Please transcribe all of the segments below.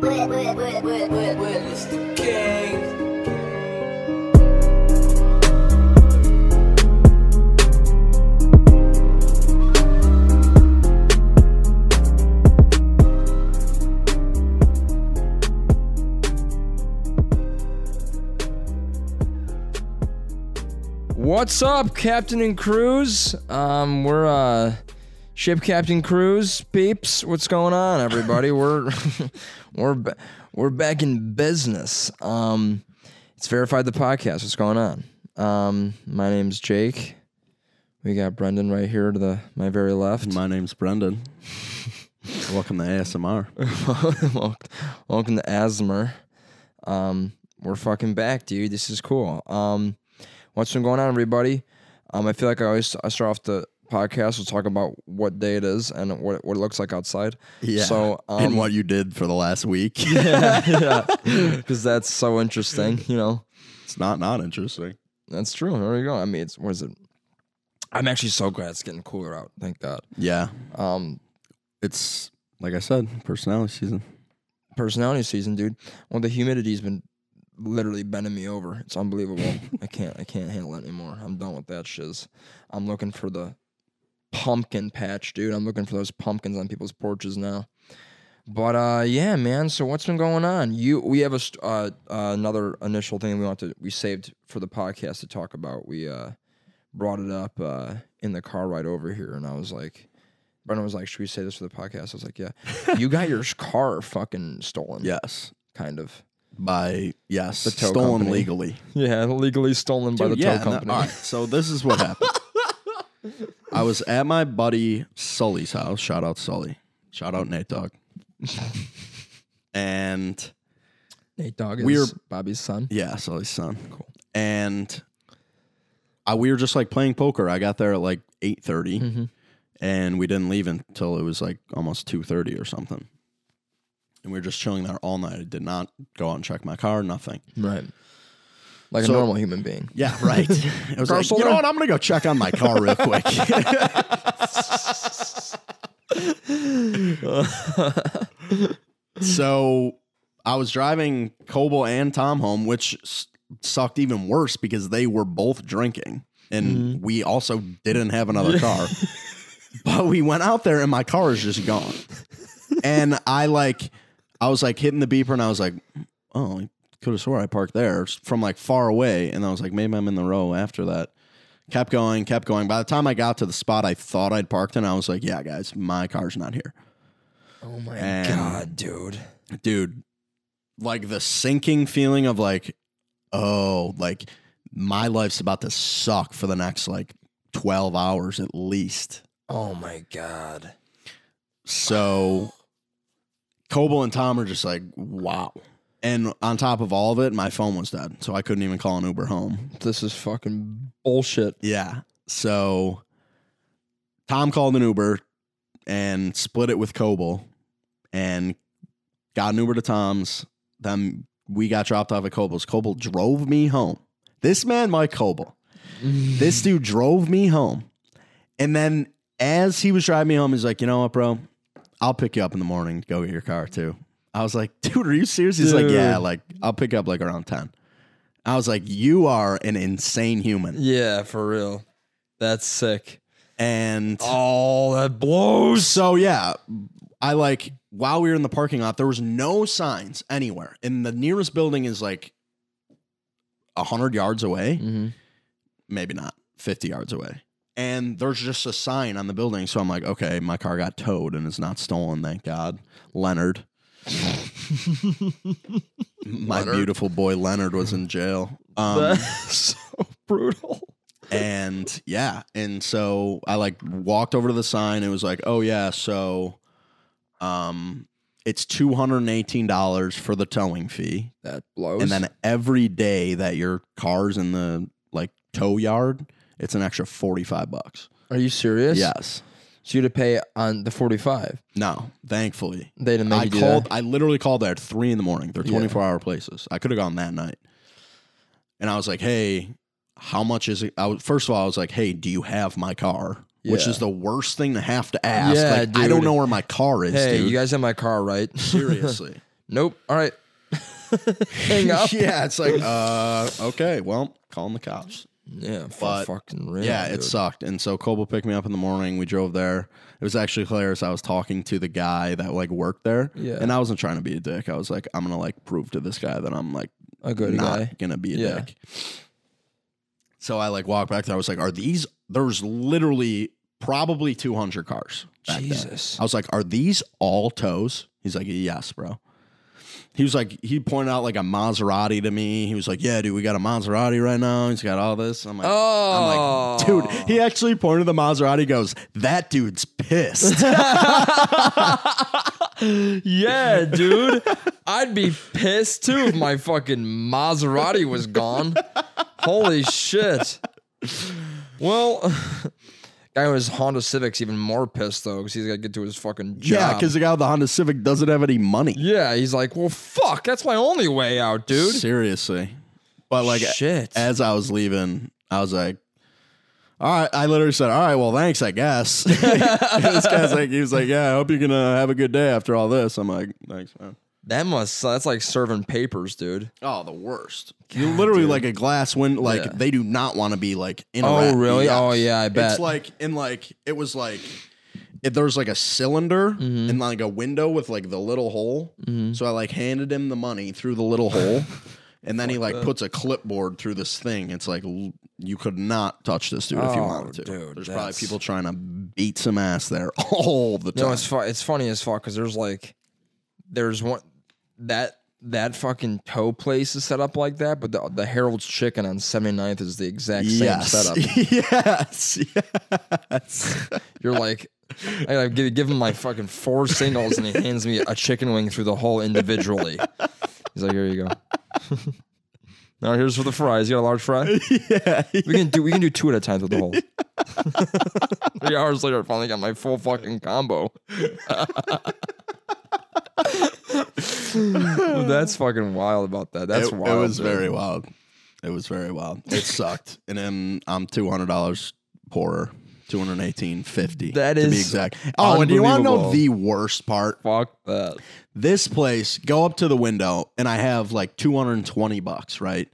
Where, where, where, where, where, where is the king? What's up, Captain and Cruz? Um, we're uh, ship Captain Cruz peeps. What's going on, everybody? we're we're ba- we're back in business. Um, it's verified the podcast. What's going on? Um, my name's Jake. We got Brendan right here to the my very left. My name's Brendan. Welcome to ASMR. Welcome welcome to Asmer. Um, we're fucking back, dude. This is cool. Um, what's been going on, everybody? Um, I feel like I always I start off the podcast. We'll talk about what day it is and what what it looks like outside. So um, and what you did for the last week. because that's so interesting. You know, It's not not interesting. that's true. There you go. I mean, it's what is it? I'm actually so glad it's getting cooler out. Thank God. Yeah. Um, It's like I said, personality season. personality season, dude. Well, the humidity's been literally bending me over. It's unbelievable. I can't I can't handle it anymore. I'm done with that shiz. I'm looking for the pumpkin patch, dude. I'm looking for those pumpkins on people's porches now. But uh, yeah, man. So what's been going on? You we have a st- uh, uh, another initial thing we want to we saved for the podcast to talk about. We uh, brought it up uh, in the car ride over here, and I was like. Brendan was like, "Should we say this for the podcast?" I was like, "Yeah." you got your car fucking stolen, Yes. kind of. By yes, The tow stolen company. legally. Yeah, legally stolen by the Dude, yeah, tow and that- company. all right, so this is what happened. I was at my buddy Sully's house. Shout out Sully. Shout out Nate Dog. and Nate Dogg is We're- Bobby's son. Yeah, Sully's son. Cool. And I, we were just like playing poker. I got there at like eight Mhm. and we didn't leave until it was like almost two thirty or something. And we were just chilling there all night. I did not go out and check my car. Nothing. Right. Like So- a normal human being. Yeah, right. I was Car like, sold you know out? what? I'm gonna go check on my car real quick. Oh so I was driving Coble and Tom home, which s- sucked even worse because they were both drinking, and we also didn't have another car. but we went out there, and my car is just gone. and I like, I was like hitting the beeper, and I was like, oh, I could have swore I parked there from like far away. And I was like, maybe I'm in the row after that. Kept going, kept going. By the time I got to the spot I thought I'd parked in, I was like, yeah, guys, my car's not here. Oh my And- god, dude. Dude, like the sinking feeling of like, oh, like my life's about to suck for the next like 12 hours at least. Oh my god. So Coble and Tom are just like, wow. And on top of all of it, my phone was dead. So I couldn't even call an Uber home. This is fucking bullshit. Yeah. So Tom called an Uber and split it with Coble and got an Uber to Tom's. Then we got dropped off at Coble's. Coble drove me home. This man, Mike Coble, Mm. this dude drove me home. And then as he was driving me home, he's like, you know what, bro? I'll pick you up in the morning. Go get your car too. I was like, dude, are you serious? He's like, yeah, Dude. like I'll pick you up like around 10. I was like, you are an insane human. Yeah, for real. That's sick. And Oh, that blows. so yeah, I like while we were in the parking lot, there was no signs anywhere, and the nearest building is like a hundred yards away, Mhm. maybe not fifty yards away, and there's just a sign on the building. So I'm like, okay, my car got towed and it's not stolen, thank God. Leonard, my Leonard. beautiful boy Leonard was in jail. Um, That's so brutal. and yeah and so i like walked over to the sign it was like oh yeah so um it's $218 for the towing fee That blows. and then every day that your car's in the like tow yard it's an extra 45 bucks are you serious? yes So you had to pay on the 45. no thankfully They didn't make i you do called that. i literally called there at 3 in the morning they're Yeah. 24 hour places i could have gone that night and i was like hey how much is it I was, first of all i was like hey do you have my car which Yeah. is the worst thing to have to ask Yeah, like i don't dude. know where my car is Hey, dude you guys have my car, right? seriously Nope. All right. Hang up. yeah. yeah, it's like, uh, okay, well, calling the cops. for But- fucking real. Yeah, it dude. sucked. And so Coble picked me up in the morning. We drove there. It was actually hilarious. I was talking to the guy that like worked there. Yeah. And I wasn't trying to be a dick. I was like, I'm gonna like prove to this guy that I'm like a good uh, not guy. gonna be a Yeah. dick. So I like walked back there. I was like, are these there's literally probably two hundred cars. back there. Jesus. I was like, are these all toes? He's like, yes, bro. He was like, he pointed out like a Maserati to me. He was like, yeah, dude, we got a Maserati right now. He's got all this. I'm like, Oh, I'm like, dude, he actually pointed the Maserati, he goes, that dude's pissed. yeah, dude. I'd be pissed too if my fucking Maserati was gone. Holy shit. Well, guy with his Honda Civic's even more pissed though because he's got to get to his fucking job. yeah, because the guy with the Honda Civic doesn't have any money. Yeah, he's like, well, fuck, that's my only way out, dude. Seriously. But like, Shit. as I was leaving, I was like, all right, I literally said, all right, well, thanks, I guess. And this guy's like, he was like, yeah, I hope you're going to have a good day after all this. I'm like, thanks, man. That must that's like serving papers, dude. Oh, the worst. you literally like a glass window. Like Yeah. they do not want to be like in. a Oh, rat- really? Oh, yeah, I bet. It's like in like it was like if there was like a cylinder Mm-hmm. and like a window with like the little hole. So I like handed him the money through the little hole, and then he like puts a clipboard through this thing. It's like l- you could not touch this dude if you Oh, wanted to. dude, There's probably that's- people trying to beat some ass there all the time. No, it's fu- it's funny as fuck because there's like there's one that that fucking toe place is set up like that, but the the Harold's Chicken on 79th is the exact same setup. yes, yes. You're like, I gotta give, give him my fucking four singles, and he hands me a chicken wing through the hole individually. He's like, here you go. now here's for the fries. You got a large fry? yeah. We can do we can do two at a time through the hole. Three hours later, I finally got my full fucking combo. That's fucking wild about that. That's it, it wild. was dude. very wild. It was very wild. It sucked. And then I'm two hundred dollars poorer. Two hundred eighteen fifty. That to be is exact. Oh, and do you want to know unbelievable. the worst part? fuck that. This place. Go up to the window, and I have like two hundred and twenty bucks. Right.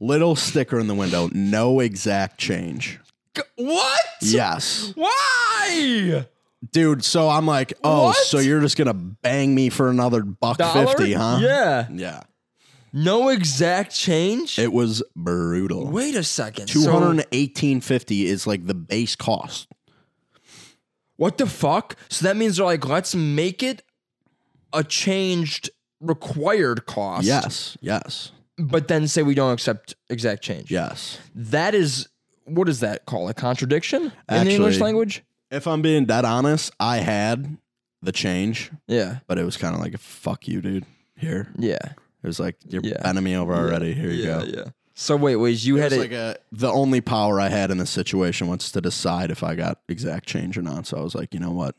Little sticker in the window. No exact change. G- What? Yes, Why? dude. So I'm like, oh, What? so you're just gonna bang me for another buck Dollar? fifty, huh? Yeah. Yeah. No exact change. It was brutal. Wait a second. Two So- hundred eighteen fifty is like the base cost. What the fuck? So that means they're like, let's make it a changed required cost. Yes, yes, But then say we don't accept exact change. yes. That is what is that called? A contradiction in the Actually- English language? If I'm being dead honest, I had the change, Yeah. but it was kind of like a fuck you, dude. Here, Yeah. it was like you're Yeah. bending me over already. Here you yeah, go. yeah. So wait, wait, you It had was it. like a, the only power I had in this situation was to decide if I got exact change or not. So I was like, you know what?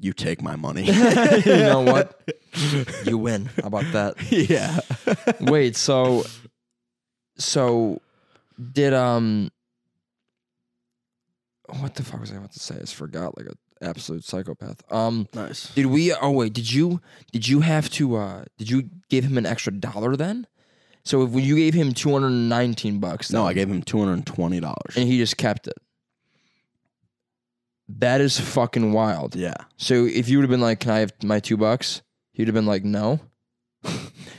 You take my money. you know what? You win. How about that? yeah. Wait, so so did um what the fuck was I about to say? I just forgot like an absolute psychopath. Um Nice. Did we? Oh wait, did you? Did you have to? uh Did you give him an extra dollar then? So if you gave him two hundred and nineteen bucks, No, then, I gave him two hundred twenty dollars. and he just kept it. That is fucking wild. Yeah. So if you would have been like, "Can I have my two bucks?" He'd have been like, "No."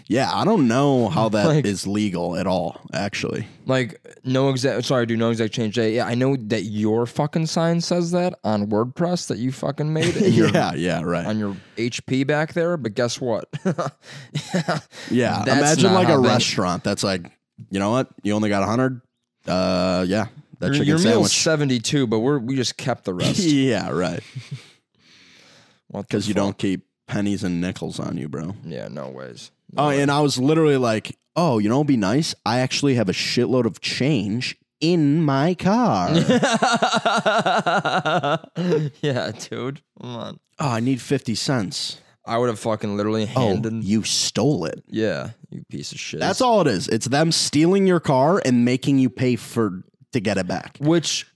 Yeah, I don't know how that is Like- legal at all, actually. Like, no exact. Sorry, do no exact change day. Yeah, I know that your fucking sign says that on WordPress that you fucking made. and your- yeah, yeah, right. On your HP back there, but guess what? Yeah, That's imagine not like how a bank- restaurant that's like, you know what, you only got a hundred. Uh, yeah, that Your, chicken your meal's sandwich. seventy two, but we're we just kept the rest. yeah, right. What the Because you fuck? don't keep pennies and nickels on you, bro. Yeah, no ways. Oh, and I was literally like, oh, you know, it'd be nice. I actually have a shitload of change in my car. oh, yeah, dude. Come on. Oh, I need fifty cents. I would have fucking literally Oh, handed. you stole it. yeah, you piece of shit. That's all it is. It's them stealing your car and making you pay for to get it back. Which.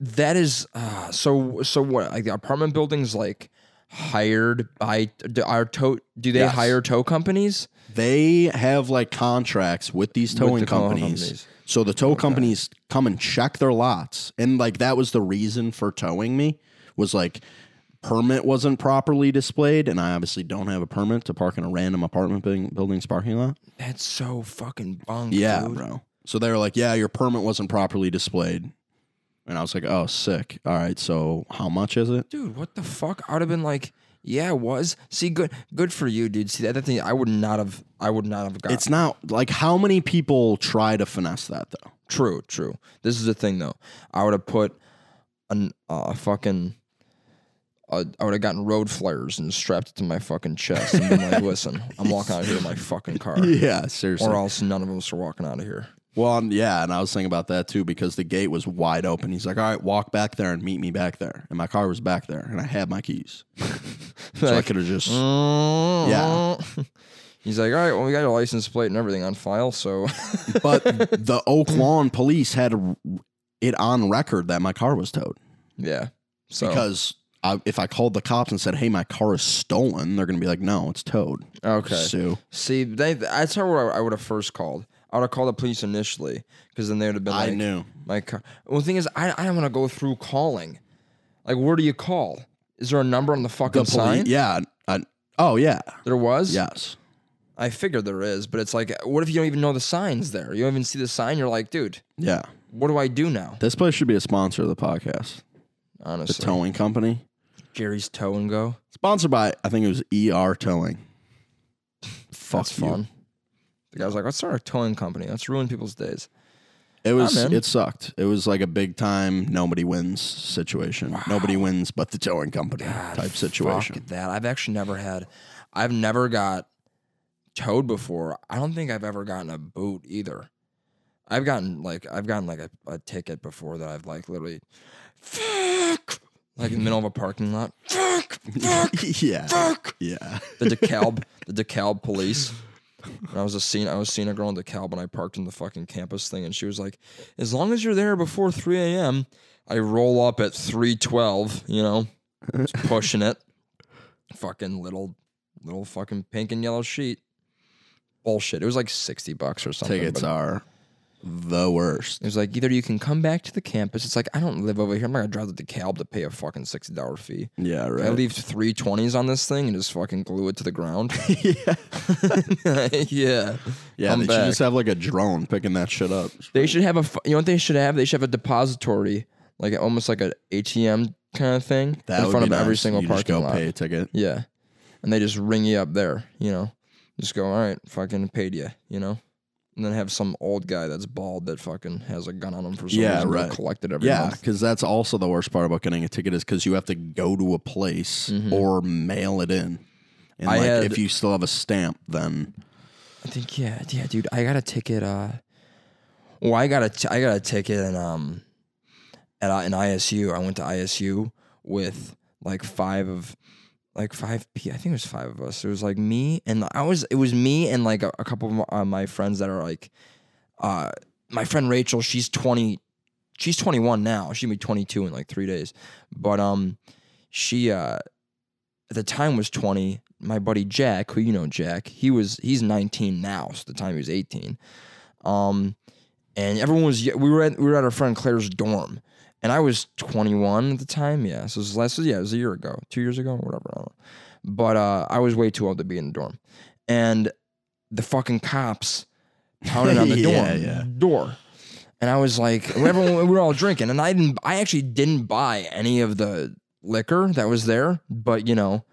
That is uh, so. So what? Like the apartment buildings, like hired by do our tow? Do they Yes. hire tow companies? They have like contracts with these the towing tow companies. companies. So the tow companies come and check their lots. And like that was the reason for towing me was like permit wasn't properly displayed and I obviously don't have a permit to park in a random apartment building, building's parking lot. That's so fucking bunk. Yeah, dude. bro. So they were like, "Yeah, your permit wasn't properly displayed." And I was like, "Oh, sick. All right, so how much is it?" dude, what the fuck? I'd have been like, yeah, it was. See, good, good for you, dude. See that, that thing? I would not have. I would not have got. It's not like how many people try to finesse that though. True, true. This is the thing though. I would have put an a fucking. Uh, I would have gotten road flares and strapped it to my fucking chest and been like, "Listen, I'm walking out of here in my fucking car, Yeah, seriously. or else none of us are walking out of here." Well, um, yeah, and I was thinking about that too because the gate was wide open. He's like, "All right, walk back there and meet me back there." And my car was back there, and I had my keys, so I Like, could have just. yeah. Mm. He's like, "All right, well, we got your license plate and everything on file, so But the Oak Lawn police had it on record that my car was towed yeah." So because I, if I called the cops and said, "Hey, my car is stolen," they're gonna be like, "No, it's towed." okay, So See, they, that's how I would have first called. I would have called the police initially because then they would have been I like, knew. my car. Well, the thing is, I, I don't want to go through calling. Like, where do you call? Is there a number on the fucking The poli- sign? Yeah. I, oh yeah. There was? Yes. I figured there is, but it's like, what if you don't even know the signs there? You don't even see the sign. You're like, dude, Yeah. what do I do now? This place should be a sponsor of the podcast. The Honestly. towing company. Jerry's Toe and Go. Sponsored by, I think it was ER Towing. Fuck That's you. fun. The guy's like, let's start a towing company. Let's ruin people's days. It was, I'm in. it sucked. It was like a big time nobody wins situation. Nobody wins but the towing company type situation. Ah, Fuck that. I've actually never had, I've never got towed before. I don't think I've ever gotten a boot either. I've gotten like, I've gotten like a, a ticket before that I've like literally, fuck, like in the middle of a parking lot. Fuck, fuck, yeah. fuck. Yeah. The DeKalb, the DeKalb police. And I was a scene. I was seeing a girl in DeKalb, and I parked in the fucking campus thing, and she was like, "As long as you're there before 3 a.m., I roll up at 3:12. You know, just pushing it. Fucking little, little fucking pink and yellow sheet. Bullshit. It was like 60 bucks or something. Tickets but are the worst. It was like either you can come back to the campus. It's like I don't live over here. I'm not gonna drive to DeKalb to pay a fucking sixty dollar fee. Yeah, I right. leave three twenties on this thing and just fucking glue it to the ground. yeah. yeah. Yeah, Come they should back. just have like a drone picking that shit up. They should have a. fu- You know what they should have? They should have a depository, like almost like an ATM kind of thing That in would front be of every nice. single you parking just go lot. pay a ticket. Yeah, and they just ring you up there. You know, just go. All right, fucking paid you. You know, and then have some old guy that's bald that fucking has a gun on him for some Yeah, reason. right. They collect it every Yeah, month. because that's also the worst part about getting a ticket is because you have to go to a place or mail it in. Mm-hmm. And I like, had- if you still have a stamp, then I think yeah, yeah, dude. I got a ticket. Uh, well, I got a t- I got a ticket in um at I- in ISU. I went to ISU with like five of like five p. I think it was five of us. It was like me and I was it was me and like a, a couple of my, uh, my friends that are like, uh, my friend Rachel. She's twenty. She's twenty one now. She'll be twenty two in like three days. But um, she uh at the time was 20 my buddy jack who you know jack he was he's 19 now so the time he was 18 um and everyone was we were at we were at our friend claire's dorm and i was 21 at the time yeah so it was last yeah it was a year ago two years ago whatever I don't know. but uh i was way too old to be in the dorm and the fucking cops pounded on the Yeah, dorm yeah. door and i was like everyone we were all drinking and i didn't i actually didn't buy any of the liquor that was there but you know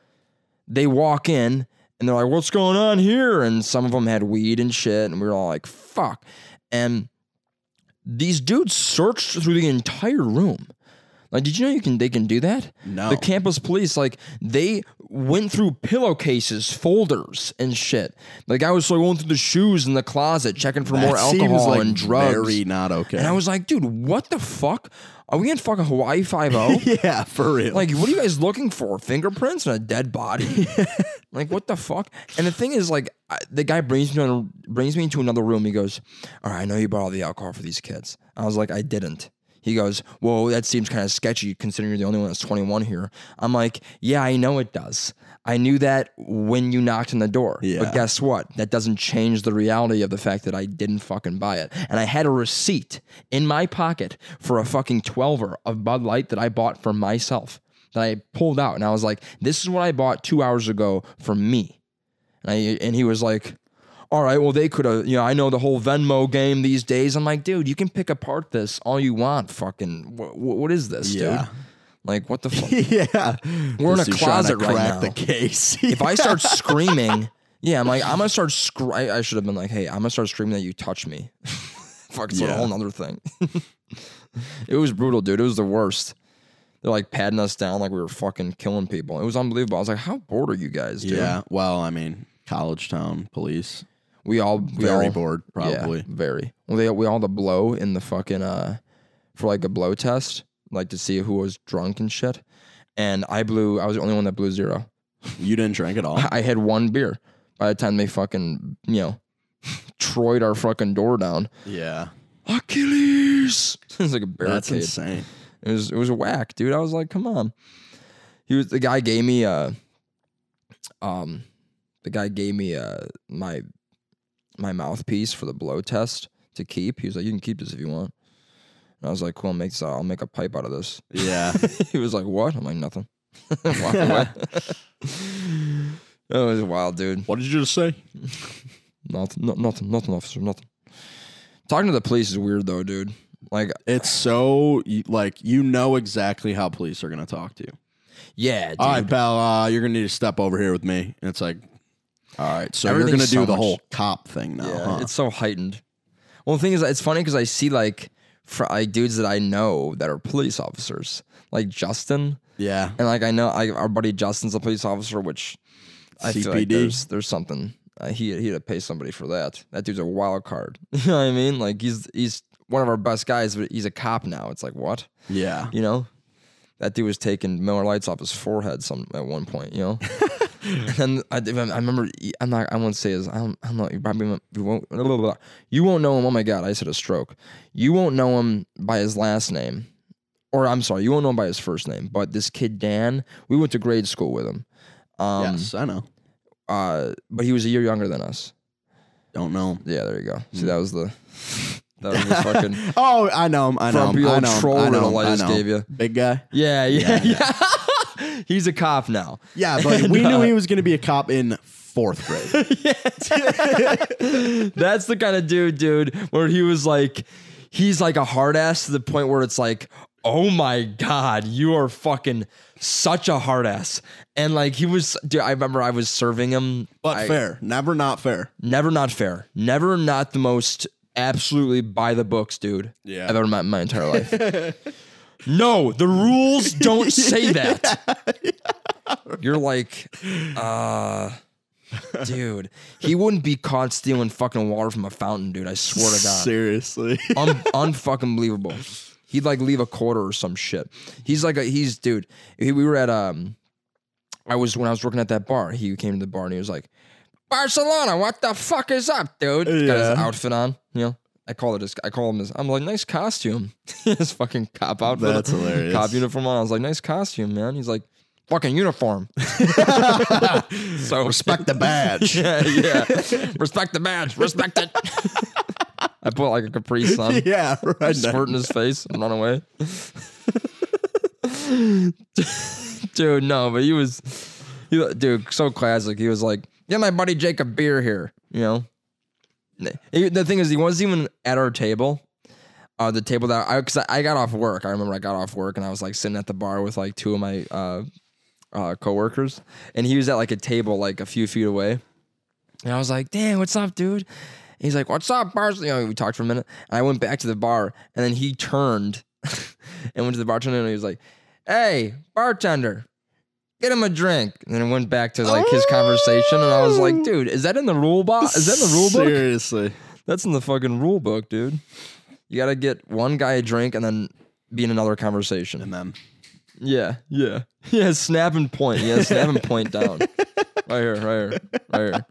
they walk in and they're like, "What's going on here?" And some of them had weed and shit, and we were all like, "Fuck!" And these dudes searched through the entire room. Like, did you know you can they can do that? No. The campus police, like, they went through pillowcases, folders, and shit. The guy was like going through the shoes in the closet, checking for more that seems alcohol like and drugs. very not okay. and I was like, dude, what the fuck? Are we in fucking Hawaii Five O? yeah, for real. Like, what are you guys looking for? Fingerprints and a dead body? like, what the fuck? And the thing is, like, I, the guy brings me to, brings me into another room. He goes, "All right, I know you bought all the alcohol for these kids." I was like, "I didn't." He goes, Whoa, that seems kind of sketchy considering you're the only one that's 21 here. I'm like, Yeah, I know it does. I knew that when you knocked on the door. Yeah. But guess what? That doesn't change the reality of the fact that I didn't fucking buy it. And I had a receipt in my pocket for a fucking 12er of Bud Light that I bought for myself that I pulled out. And I was like, This is what I bought two hours ago for me. And, I, and he was like, all right, well, they could have, you know, I know the whole Venmo game these days. I'm like, dude, you can pick apart this all you want. Fucking, wh- wh- what is this, Yeah. dude? Like, what the fuck? yeah. We're in This a dude's trying to closet right crack now. the case. if I start screaming, yeah, I'm like, I'm gonna start. Scr- I, I should have been like, hey, I'm gonna start screaming that you touch me. Fuck, it's Yeah. a whole nother thing. it was brutal, dude. It was the worst. They're like patting us down like we were fucking killing people. It was unbelievable. I was like, how bored are you guys, dude? yeah. Well, I mean, college town police. We all we Very all, bored, probably. Yeah, very. Well, they we all had the blow in the fucking uh for like a blow test, like to see who was drunk and shit. And I blew. I was the only one that blew zero. You didn't drink at all. I had one beer. By the time they fucking you know, Troyed our fucking door down. yeah. Achilles. it was like a barricade. That's insane. It was it was a whack, dude. I was like, come on. He was the guy gave me uh um the guy gave me uh my my mouthpiece for the blow test to keep. He was like, You can keep this if you want. And I was like, Cool, I'll make this I'll make a pipe out of this. Yeah. he was like, What? I'm like, nothing. Walk away. That was wild, dude. what did you just say? Nothing, no, nothing, nothing, officer, nothing. Talking to the police is weird though, dude. Like, It's so you- like you know exactly how police are going to talk to you. yeah, dude. All right, pal, uh, you're going to need to step over here with me. And it's like, all right, so you're going to Everything's do so the much- whole cop thing now, Yeah, huh? it's so heightened. Well, the thing is, it's funny because I see like fr- like dudes that I know that are police officers, like Justin, yeah. and like I know I, our buddy Justin's a police officer, which I feel like CPD. there's there's something uh, he he had to pay somebody for that. That dude's a wild card. you know what I mean? Like he's he's one of our best guys, but he's a cop now. It's like what Yeah. you know. That dude was taking Miller Lights off his forehead some at one point, you know. and I, I remember I'm not I won't say his I don't, I don't know you probably won't- you won't blah, blah, blah. you won't know him. Oh my god, I said a stroke. You won't know him by his last name, or I'm sorry, you won't know him by his first name. But this kid Dan, we went to grade school with him. Um, yes, I know. uh, but he was a year younger than us. Don't know. Yeah, there you go. See, that was the that was the fucking Oh, I know him. I know Frumpy him. I old know him. troll I know riddle him. I I just know gave you. him. Big guy. yeah, yeah, yeah. He's a cop now. Yeah, but we knew he was going to be a cop in fourth grade. That's the kind of dude, dude, where he was like, he's like a hard ass to the point where it's like, oh my God, you are fucking such a hard ass. And like, he was, dude, I remember I was serving him. But I- fair. Never not fair. Never not fair. Never not the most absolutely by the books, dude. Yeah. I've ever met in my entire life. no, the rules don't say that. You're like, uh, dude, he wouldn't be caught stealing fucking water from a fountain, dude. I swear to God Seriously. un, unfucking believable. He'd like leave a quarter or some shit. He's like a he's dude. he- we were at um, I was when I was working at that bar. He came to the bar and he was like, Barcelona, what the fuck is up, dude? Got his Yeah. outfit on, you know. I call it his. I call him his. I'm like, nice costume. his fucking cop outfit. That's hilarious. Cop uniform on. I was like, nice costume, man. He's like, fucking uniform. so Respect the badge. yeah, yeah. respect the badge. Respect it. I put like a Capri Sun yeah, right. squirt in his face and run away. dude, no, but he was, he, dude, so classic. He was like, "Yeah, my buddy Jacob Beer here," you know. He- The thing is, he wasn't even at our table. Uh, the table that I, cause I, I got off work. I remember I got off work and I was like sitting at the bar with like two of my uh, uh, coworkers, and he was at like a table like a few feet away. And I was like, dang, what's up, dude? And he's like, what's up, bars? You know, we talked for a minute. And I went back to the bar, and then he turned and went to the bartender, and he was like, hey, bartender, get him a drink. And then went back to like his conversation, and I was like, dude, is that in the rule box? Is that in the rule book? Seriously. That's in the fucking rule book, dude. You gotta get one guy a drink and then be in another conversation. And then Yeah, yeah. Yeah, snap and point. Yeah, snap and point down. Right here, right here, right here.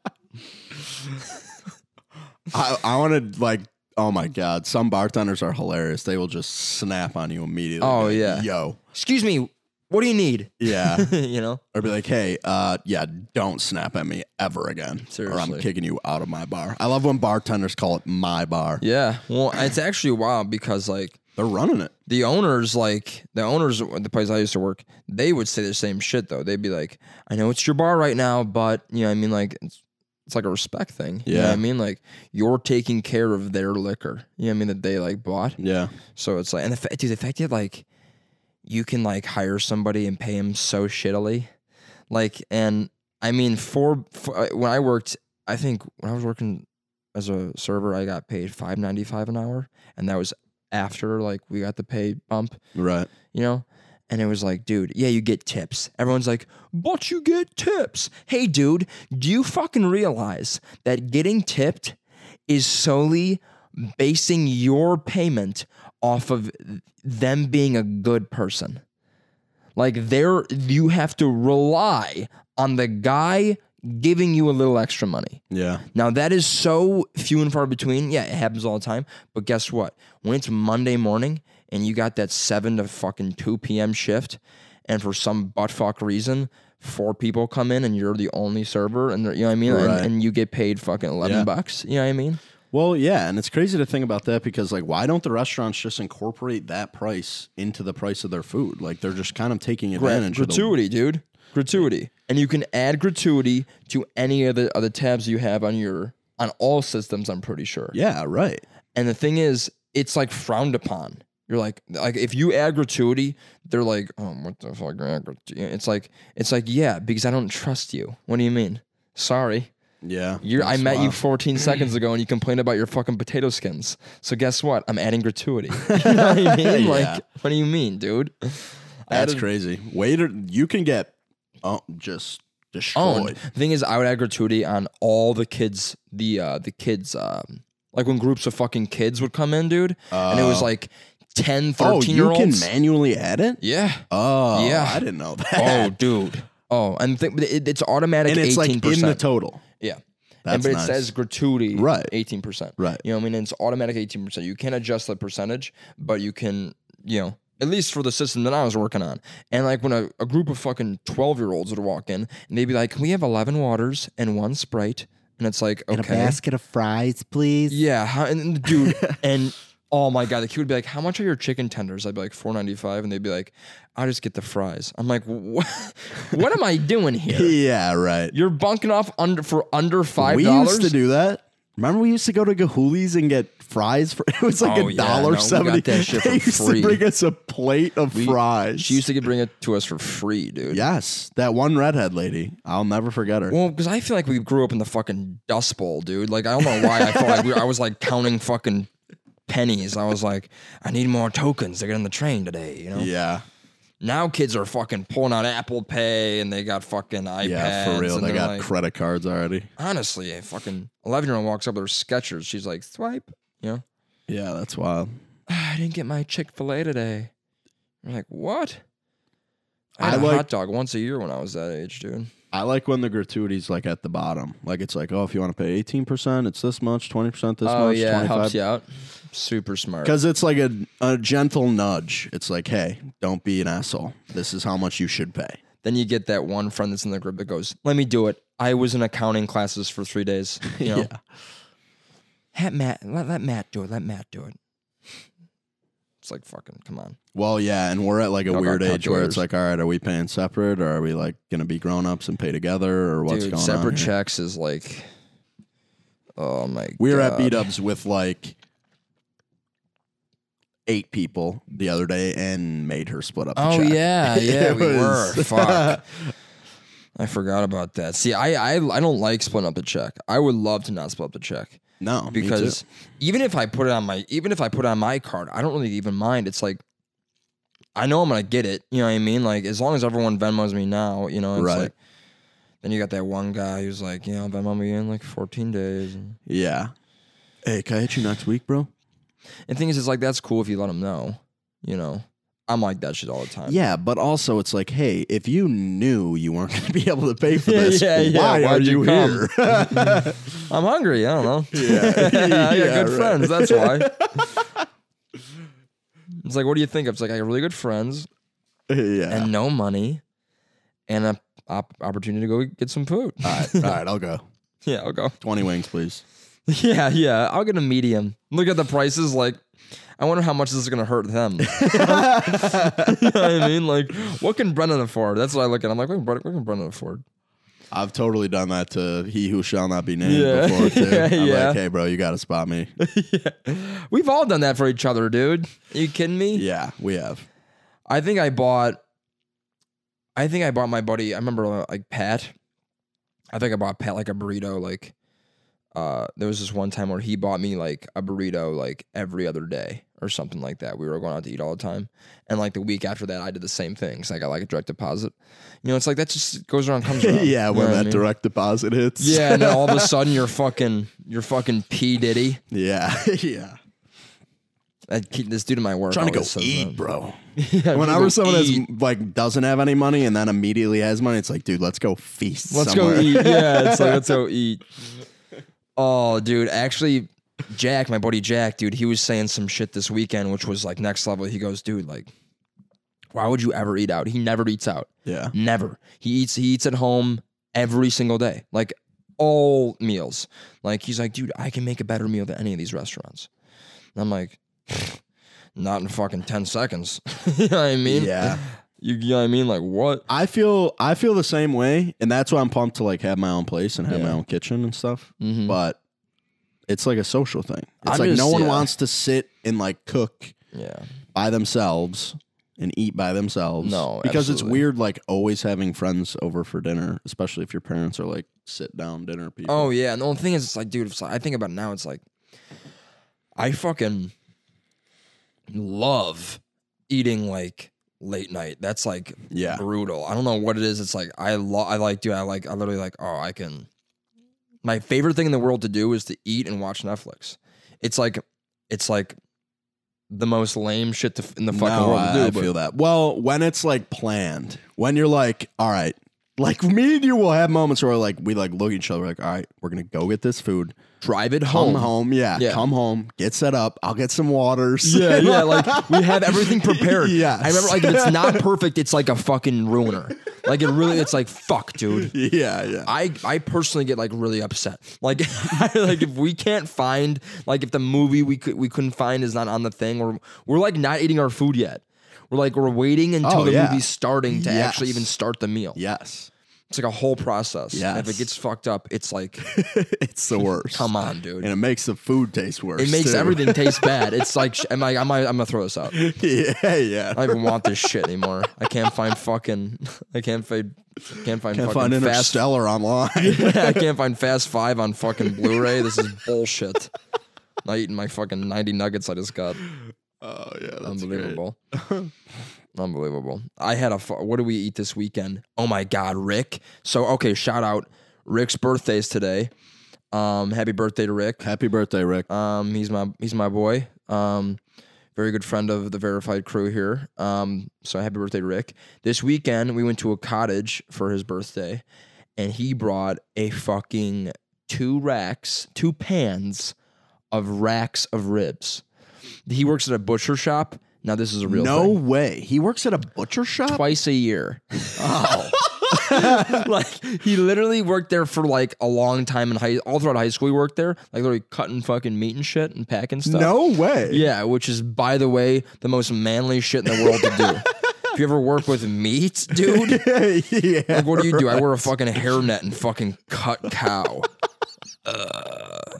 I, I want to like Oh my god, some bartenders are hilarious. They will just snap on you immediately. Oh, Be yeah. like, yo, Excuse me, what do you need? yeah, you know? or be like, hey, uh, yeah, don't snap at me ever again, or I'm Seriously. kicking you out of my bar. I love when bartenders call it my bar. Yeah. Well, it's actually wild because like They're running it. the owners, like the owners of the place I used to work, they would say the same shit though. They'd be like, I know it's your bar right now, but you know, what I mean, like it's, it's like a respect thing. You know what Yeah. I mean, like you're taking care of their liquor. You know what I mean? That they like bought. Yeah, So it's like, and the fact, dude, the fact that like you can like hire somebody and pay him so shittily, like, and I mean, for, for uh, when I worked, I think when I was working as a server, I got paid five ninety five an hour, and that was after like we got the pay bump, right. you know. And it was like, dude, yeah, you get tips. Everyone's like, but you get tips. Hey, dude, do you fucking realize that getting tipped is solely basing your payment off of them being a good person. Like there you have to rely on the guy giving you a little extra money. Yeah, Now that is so few and far between. Yeah, it happens all the time, but guess what? When it's Monday morning and you got that 7 to fucking 2 p.m. shift and for some buttfuck reason four people come in and you're the only server and they're- you know what I mean Right. and, and you get paid fucking 11 Yeah. bucks, you know what I mean? Well, yeah, and it's crazy to think about that because like why don't the restaurants just incorporate that price into the price of their food? Like they're just kind of taking Gra- advantage of the gratuity, dude. Gratuity, and you can add gratuity to any of the other tabs you have on your on all systems. I'm pretty sure. Yeah, right. And the thing is, it's like frowned upon. You're like, like if you add gratuity, they're like, oh, what the fuck? you add gratu-" It's like, it's like, yeah, because I don't trust you. What do you mean? Sorry, Yeah. you're. I That's met you wild. 14 seconds ago, and you complained about your fucking potato skins. So guess what? I'm adding gratuity. you know what I mean? Like, Yeah. what do you mean, dude? I That's added- crazy. Waiter, you can get oh, just destroyed. owned. The thing is, I would add gratuity on all the kids. The uh, the kids, um, like when groups of fucking kids would come in, dude, and it was Oh. like 10, 13 Oh, year you can olds. manually add it? yeah. Oh, Yeah. I didn't know that. Oh, dude. Oh, and th- it, it's automatic. and it's like 18%. in the total. Yeah. That's and, but nice. it says gratuity Right. 18%. Right. You know what I mean? And it's automatic 18%. You can't adjust the percentage, but you can, you know, at least for the system that I was working on. And like when a, a group of fucking 12 year olds would walk in and they'd be like, can we have 11 waters and one Sprite? And it's like, okay. of fries, please. Yeah, how, and, and the dude, and oh my god, the kid would be like, "How much are your chicken tenders?" I'd be like, 4.95 and they'd be like, "I just get the fries." I'm like, "What? What am I doing here? Yeah, right. You're bunking off under for under five We dollars." used to do that. Remember, we used to go to Gahooli's and get fries for it was like Oh, a yeah, dollar no, we got seventy. that shit they for used free. to bring us a plate of fries. She used to get bring it to us for free, dude. yes, that one redhead lady. I'll never forget her. Well, because I feel like we grew up in the fucking Dust Bowl, dude. Like I don't know why I felt like we, I was like counting fucking pennies. I was like, I need more tokens to get on the train today. You know. yeah, Now kids are fucking pulling out Apple Pay and they got fucking iPads. yeah, for real. and They they're got like- credit cards already. honestly, a fucking 11 year old walks up with her Skechers. She's like, swipe. You know, Yeah, that's wild. "Ah, I didn't get my Chick fil A today. I'm like, what? I I had a like- hot dog once a year when I was that age, dude. I like when the gratuity's like at the bottom. Like it's like, oh, if you want to pay eighteen percent, it's this much. Twenty percent, this oh, much. yeah, it 25. helps you out. Super smart. Because it's like a, a gentle nudge. It's like, hey, don't be an asshole. This is how much you should pay. Then you get that one friend that's in the group that goes, let me do it. I was in accounting classes for three days. You know? Yeah. Hat Matt, let, let Matt do it. Let Matt do it. It's like, fucking, come on. Well, yeah, and we're at like a Y'all got weird age where calculators. it's like, all right, are we paying separate or are we like gonna be grown ups and pay together or what's Dude, going on? separate here? checks is like, oh my God. We were at beat ups with like eight people the other day and made her split up. the Oh check. yeah, yeah, It we were. was- Fuck. I forgot about that. See, I, I I don't like splitting up the check. I would love to not split up the check No, me too. because even if I put it on my even if I put it on my card, I don't really even mind. It's like I know I'm gonna get it. You know what I mean? Like as long as everyone Venmos me now, you know, it's Right. like then you got that one guy who's like, you know, Venmo me in like 14 days. And yeah. Hey, can I hit you next week, bro? the thing is, it's like that's cool if you let them know. You know, I'm like that shit all the time. Yeah, but also it's like, hey, if you knew you weren't going to be able to pay for Yeah, this, yeah, yeah, why are why'd you you come? here? I'm hungry. I don't know. Yeah. I Yeah, got good right. friends. That's why. it's like, what do you think? It's like I got really good friends yeah. and no money, and a op- opportunity to go get some food. all right, all right, I'll go. yeah, I'll go. Twenty wings, please. Yeah, yeah. I'll get a medium. Look at the prices. Like, I wonder how much this is gonna hurt them. you know what I mean, like, what can Brendan afford? That's what I look at. I'm like, what can, Bre- what can Brendan afford? I've totally done that to he who shall not be named Yeah. before too. Yeah, I'm yeah. like, hey, bro, you got to spot me. We've all done that for each other, dude. Are you kidding me? yeah, we have. I think I bought. I think I bought my buddy. I remember uh, like Pat. I think I bought Pat like a burrito. Like, uh, there was this one time where he bought me like a burrito like every other day or something like that. We were going out to eat all the time, and like the week after that, I did the same thing because I got like a direct deposit. You know, it's like that just goes around comes around. yeah, You know when what I that mean? direct deposit hits. Yeah, and then all of a sudden you're fucking you're fucking P Diddy. yeah, yeah. I keep this dude in my work. Trying to go always says eat, that. bro. Yeah, Whenever go someone eat. has like doesn't have any money and then immediately has money, it's like, dude, let's go feast. Let's somewhere. go eat. Yeah, it's like let's go eat. Oh, dude, actually, Jack, my buddy Jack, dude, he was saying some shit this weekend, which was like next level. He goes, dude, like, why would you ever eat out? He never eats out. Yeah. Never. He eats. He eats at home every single day, like all meals. Like he's like, dude, I can make a better meal than any of these restaurants. And I'm like, not in fucking ten seconds. you know what I mean? Yeah. You, you know what I mean? Like what? I feel I feel the same way, and that's why I'm pumped to like have my own place and have my Yeah. own kitchen and stuff. Mhm. But it's like a social thing. It's I'm like no just- one yeah. wants to sit and like cook Yeah. by themselves and eat by themselves. No, because it's absolutely. weird. Like always having friends over for dinner, especially if your parents are like sit down dinner people. Oh yeah, and the only thing is, it's like, dude, it's like, I think about it now, it's like, I fucking love eating like late night. That's like Yeah. brutal. I don't know what it is. It's like I love. I like, dude. I like. I literally like. Oh, I can. My favorite thing in the world to do is to eat and watch Netflix. It's like, it's like the most lame shit to, in the fucking no, world I, to do. I but- feel that. Well, when it's like planned, when you're like, all right, like me and you will have moments where like we like look at each other like, all right, we're gonna go get this food. drive it home. Come home, yeah. Yeah. Come home, get set up. I'll get some waters. Yeah, yeah. Like we have everything prepared. Yes. I remember like if it's not perfect, it's like a fucking ruiner. Like it really, it's like fuck, dude. yeah, yeah. I, I personally get like really upset. Like like if we can't find like if the movie we could we couldn't find is not on the thing or we're like not eating our food yet. We're like we're waiting until Oh, the yeah. movie's starting to Yes. actually even start the meal. yes, It's like a whole process. Yeah. If Yes. it gets fucked up, it's like it's the worst. come on, dude. and it makes the food taste worse. It makes too. everything taste bad. It's like sh- I'm like I'm I'm gonna throw this out. yeah, yeah. I don't even want this shit anymore. I can't find fucking. I can't find. Can't find Can't fucking find fast. Interstellar online. I can't find Fast Five on fucking Blu-ray. This is bullshit. Not eating my fucking ninety nuggets I just got. oh yeah, that's Unbelievable. Unbelievable. I had a. fu- What do we eat this weekend? Oh my god, Rick. So okay, shout out. Rick's birthday is today. Um, happy birthday to Rick. Great. Happy birthday, Rick. Um, he's my he's my boy. Um, very good friend of the verified crew here. Um, so happy birthday, Rick! This weekend we went to a cottage for his birthday, and he brought a fucking two racks, two pans of racks of ribs. He works at a butcher shop. Now this is a real no thing. way. He works at a butcher shop. Twice a year. like he literally worked there for like a long time in high all throughout high school he worked there, like literally cutting fucking meat and shit and packing stuff. No way. Yeah, which is, by the way, the most manly shit in the world to do. if you ever work with meat, dude, yeah. like, what do you do? I wear a fucking hairnet and fucking cut cow. uh,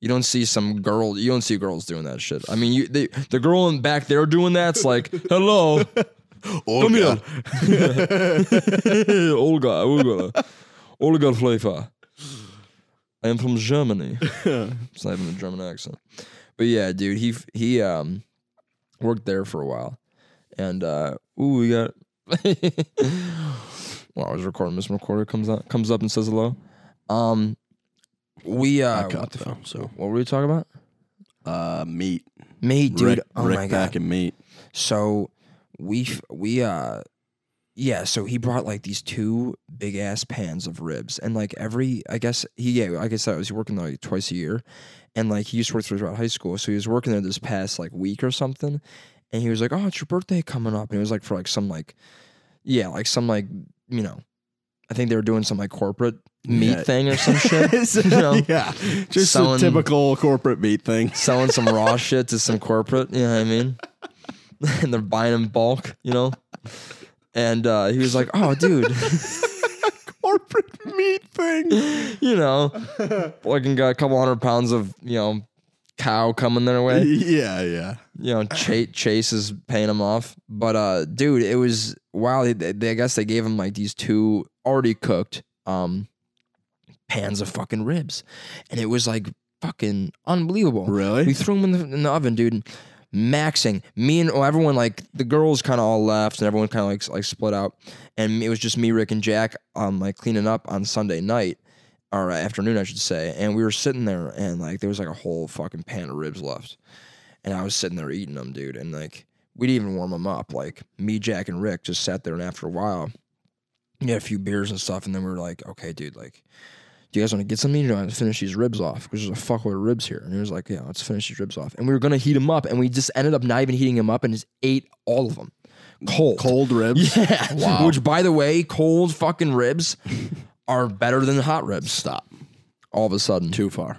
you don't see some girl. You don't see girls doing that shit. I mean, you they, the girl in back there doing that's like, hello, come here, Olga, Olga, Olga Fleifer. I am from Germany. it's not even a German accent. But yeah, dude, he he um worked there for a while, and uh, ooh, we got. well, I was recording. Miss Recorder comes out, comes up and says hello. Um, we uh, Cut what, the though. fuck, So what were we talking about? uh, meat, Me, dude. Rick, oh Rick my back god. and meat. So we f- we uh yeah so he brought like these two big ass pans of ribs and like every i guess he yeah like i said i was working there like twice a year and like he used to work there throughout high school so he was working there this past like week or something and he was like oh it's your birthday coming up and it was like for like some like yeah like some like you know i think they were doing some like corporate meat Yeah. thing or some shit So, you know yeah, just a selling- typical corporate meat thing. selling some raw shit to some corporate. You know what I mean? and they're buying in bulk, you know? And uh, he was like, oh, dude, corporate meat thing. you know, fucking got a couple hundred pounds of, you know, cow coming their way. Yeah, yeah. you know, Chase, Chase is paying him off. But uh, dude, it was wow. They, they, I guess they gave him like these two already cooked um pans of fucking ribs, and it was like fucking unbelievable. Really? we threw them in the, in the oven, dude. Maxing me and oh, everyone like the girls kind of all left and everyone kind of like s- like split out, and it was just me, Rick, and Jack um like cleaning up on Sunday night or uh, afternoon, I should say. And we were sitting there, and like there was like a whole fucking pan of ribs left, and I was sitting there eating them, dude. And like we didn't even warm them up. Like me, Jack, and Rick just sat there, and after a while, we had a few beers and stuff, and then we were like, okay, dude, like. Do you guys want to get something? You know, to finish these ribs off because there's a fuckload of ribs here. And he was like, "Yeah, let's finish these ribs off." And we were gonna heat them up, and we just ended up not even heating them up, and just ate all of them, cold, Cold ribs. Yeah. Wow. Which, by the way, cold fucking ribs are better than hot ribs. Stop. All of a sudden, Too far.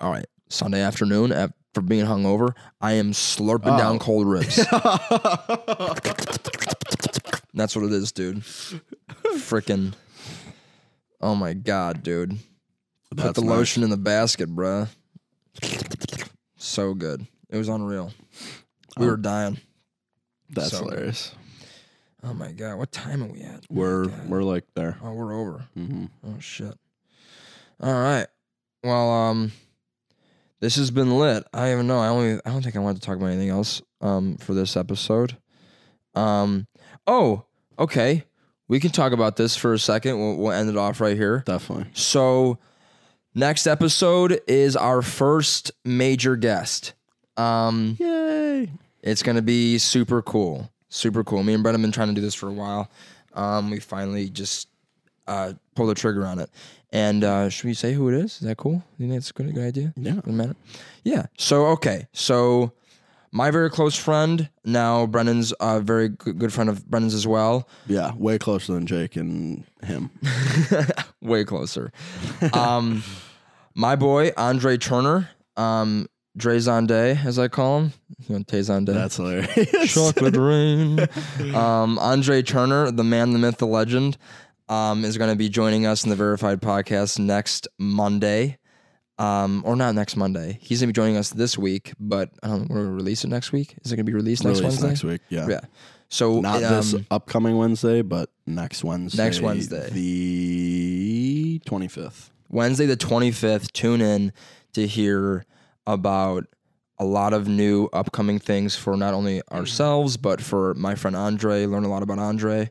all right, Sunday afternoon af- for being hungover, I am slurping Oh. down cold ribs. That's what it is, dude. Freaking. Oh my god, dude. Put the lotion in the basket, bruh. So good. It was unreal. Uh, We were dying. That's So- hilarious. Oh my god, what time are we at? We're we're like there. Oh, we're over. Mhm. Oh shit. All right. Well, um, this has been lit. I don't even know. I only. I don't think I wanted to talk about anything else. Um, for this episode. Um. Oh. Okay. We can talk about this for a second. We'll, we'll end it off right here. Definitely. So, next episode is our first major guest. Um. Yay. It's gonna be super cool, super cool. Me and Brett have been trying to do this for a while. Um, we finally just uh, pulled the trigger on it. And uh, should we say who it is? Is that cool? You think that's a good, good idea? Yeah. Doesn't matter. Yeah. So okay. So my very close friend now, Brennan's a very g- good friend of Brennan's as well. Yeah. Way closer than Jake and him. Way closer. Um, my boy Andre Turner, um, Dre Zonde, as I call him. You know, Tay Zonde. That's hilarious. chocolate rain. Um, Andre Turner, the man, the myth, the legend, um, is going to be joining us in the Verified Podcast next Monday. Um, or not next Monday. He's going to be joining us this week, but I don't know. We're going to release it next week. Is it going to be released next Release Wednesday? next week. Yeah. Yeah. So Not um, this upcoming Wednesday, but next Wednesday. Next Wednesday. The 25th. Wednesday the 25th, tune in to hear about a lot of new upcoming things for not only ourselves, but for my friend Andre. Learn a lot about Andre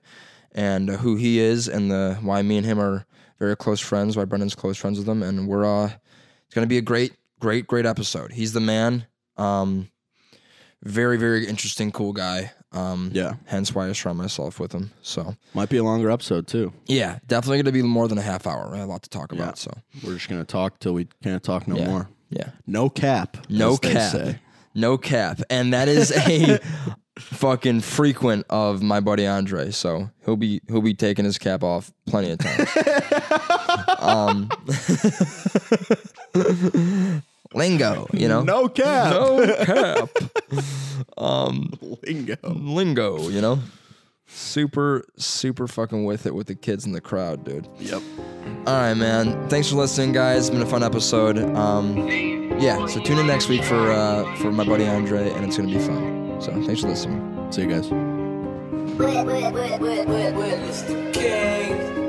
and uh, who he is and the why me and him are very close friends, why Brendan's close friends with him. And we're, uh, it's going to be a great, great, great episode. He's the man. Um, very, very interesting, cool guy. Um, Yeah. Hence why I surround myself with him. So, Might be a longer episode too. yeah, definitely going to be more than a half hour. I have a lot to talk about. Yeah. So, We're just gonna talk till we can't talk no Yeah. more. yeah. No cap. No as they cap. say. No cap. And that is a fucking frequent of my buddy Andre. So he'll be he'll be taking his cap off plenty of times. um, lingo, you know? No cap. No cap. Um Lingo. lingo, you know? Super, super fucking with it with the kids in the crowd, dude. Yep. All right, man. Thanks for listening, guys. It's been a fun episode. Um, yeah, so tune in next week for uh, for my buddy Andre, and it's gonna be fun. So thanks for listening. See you guys. Where, where, where, where, where, where is the king?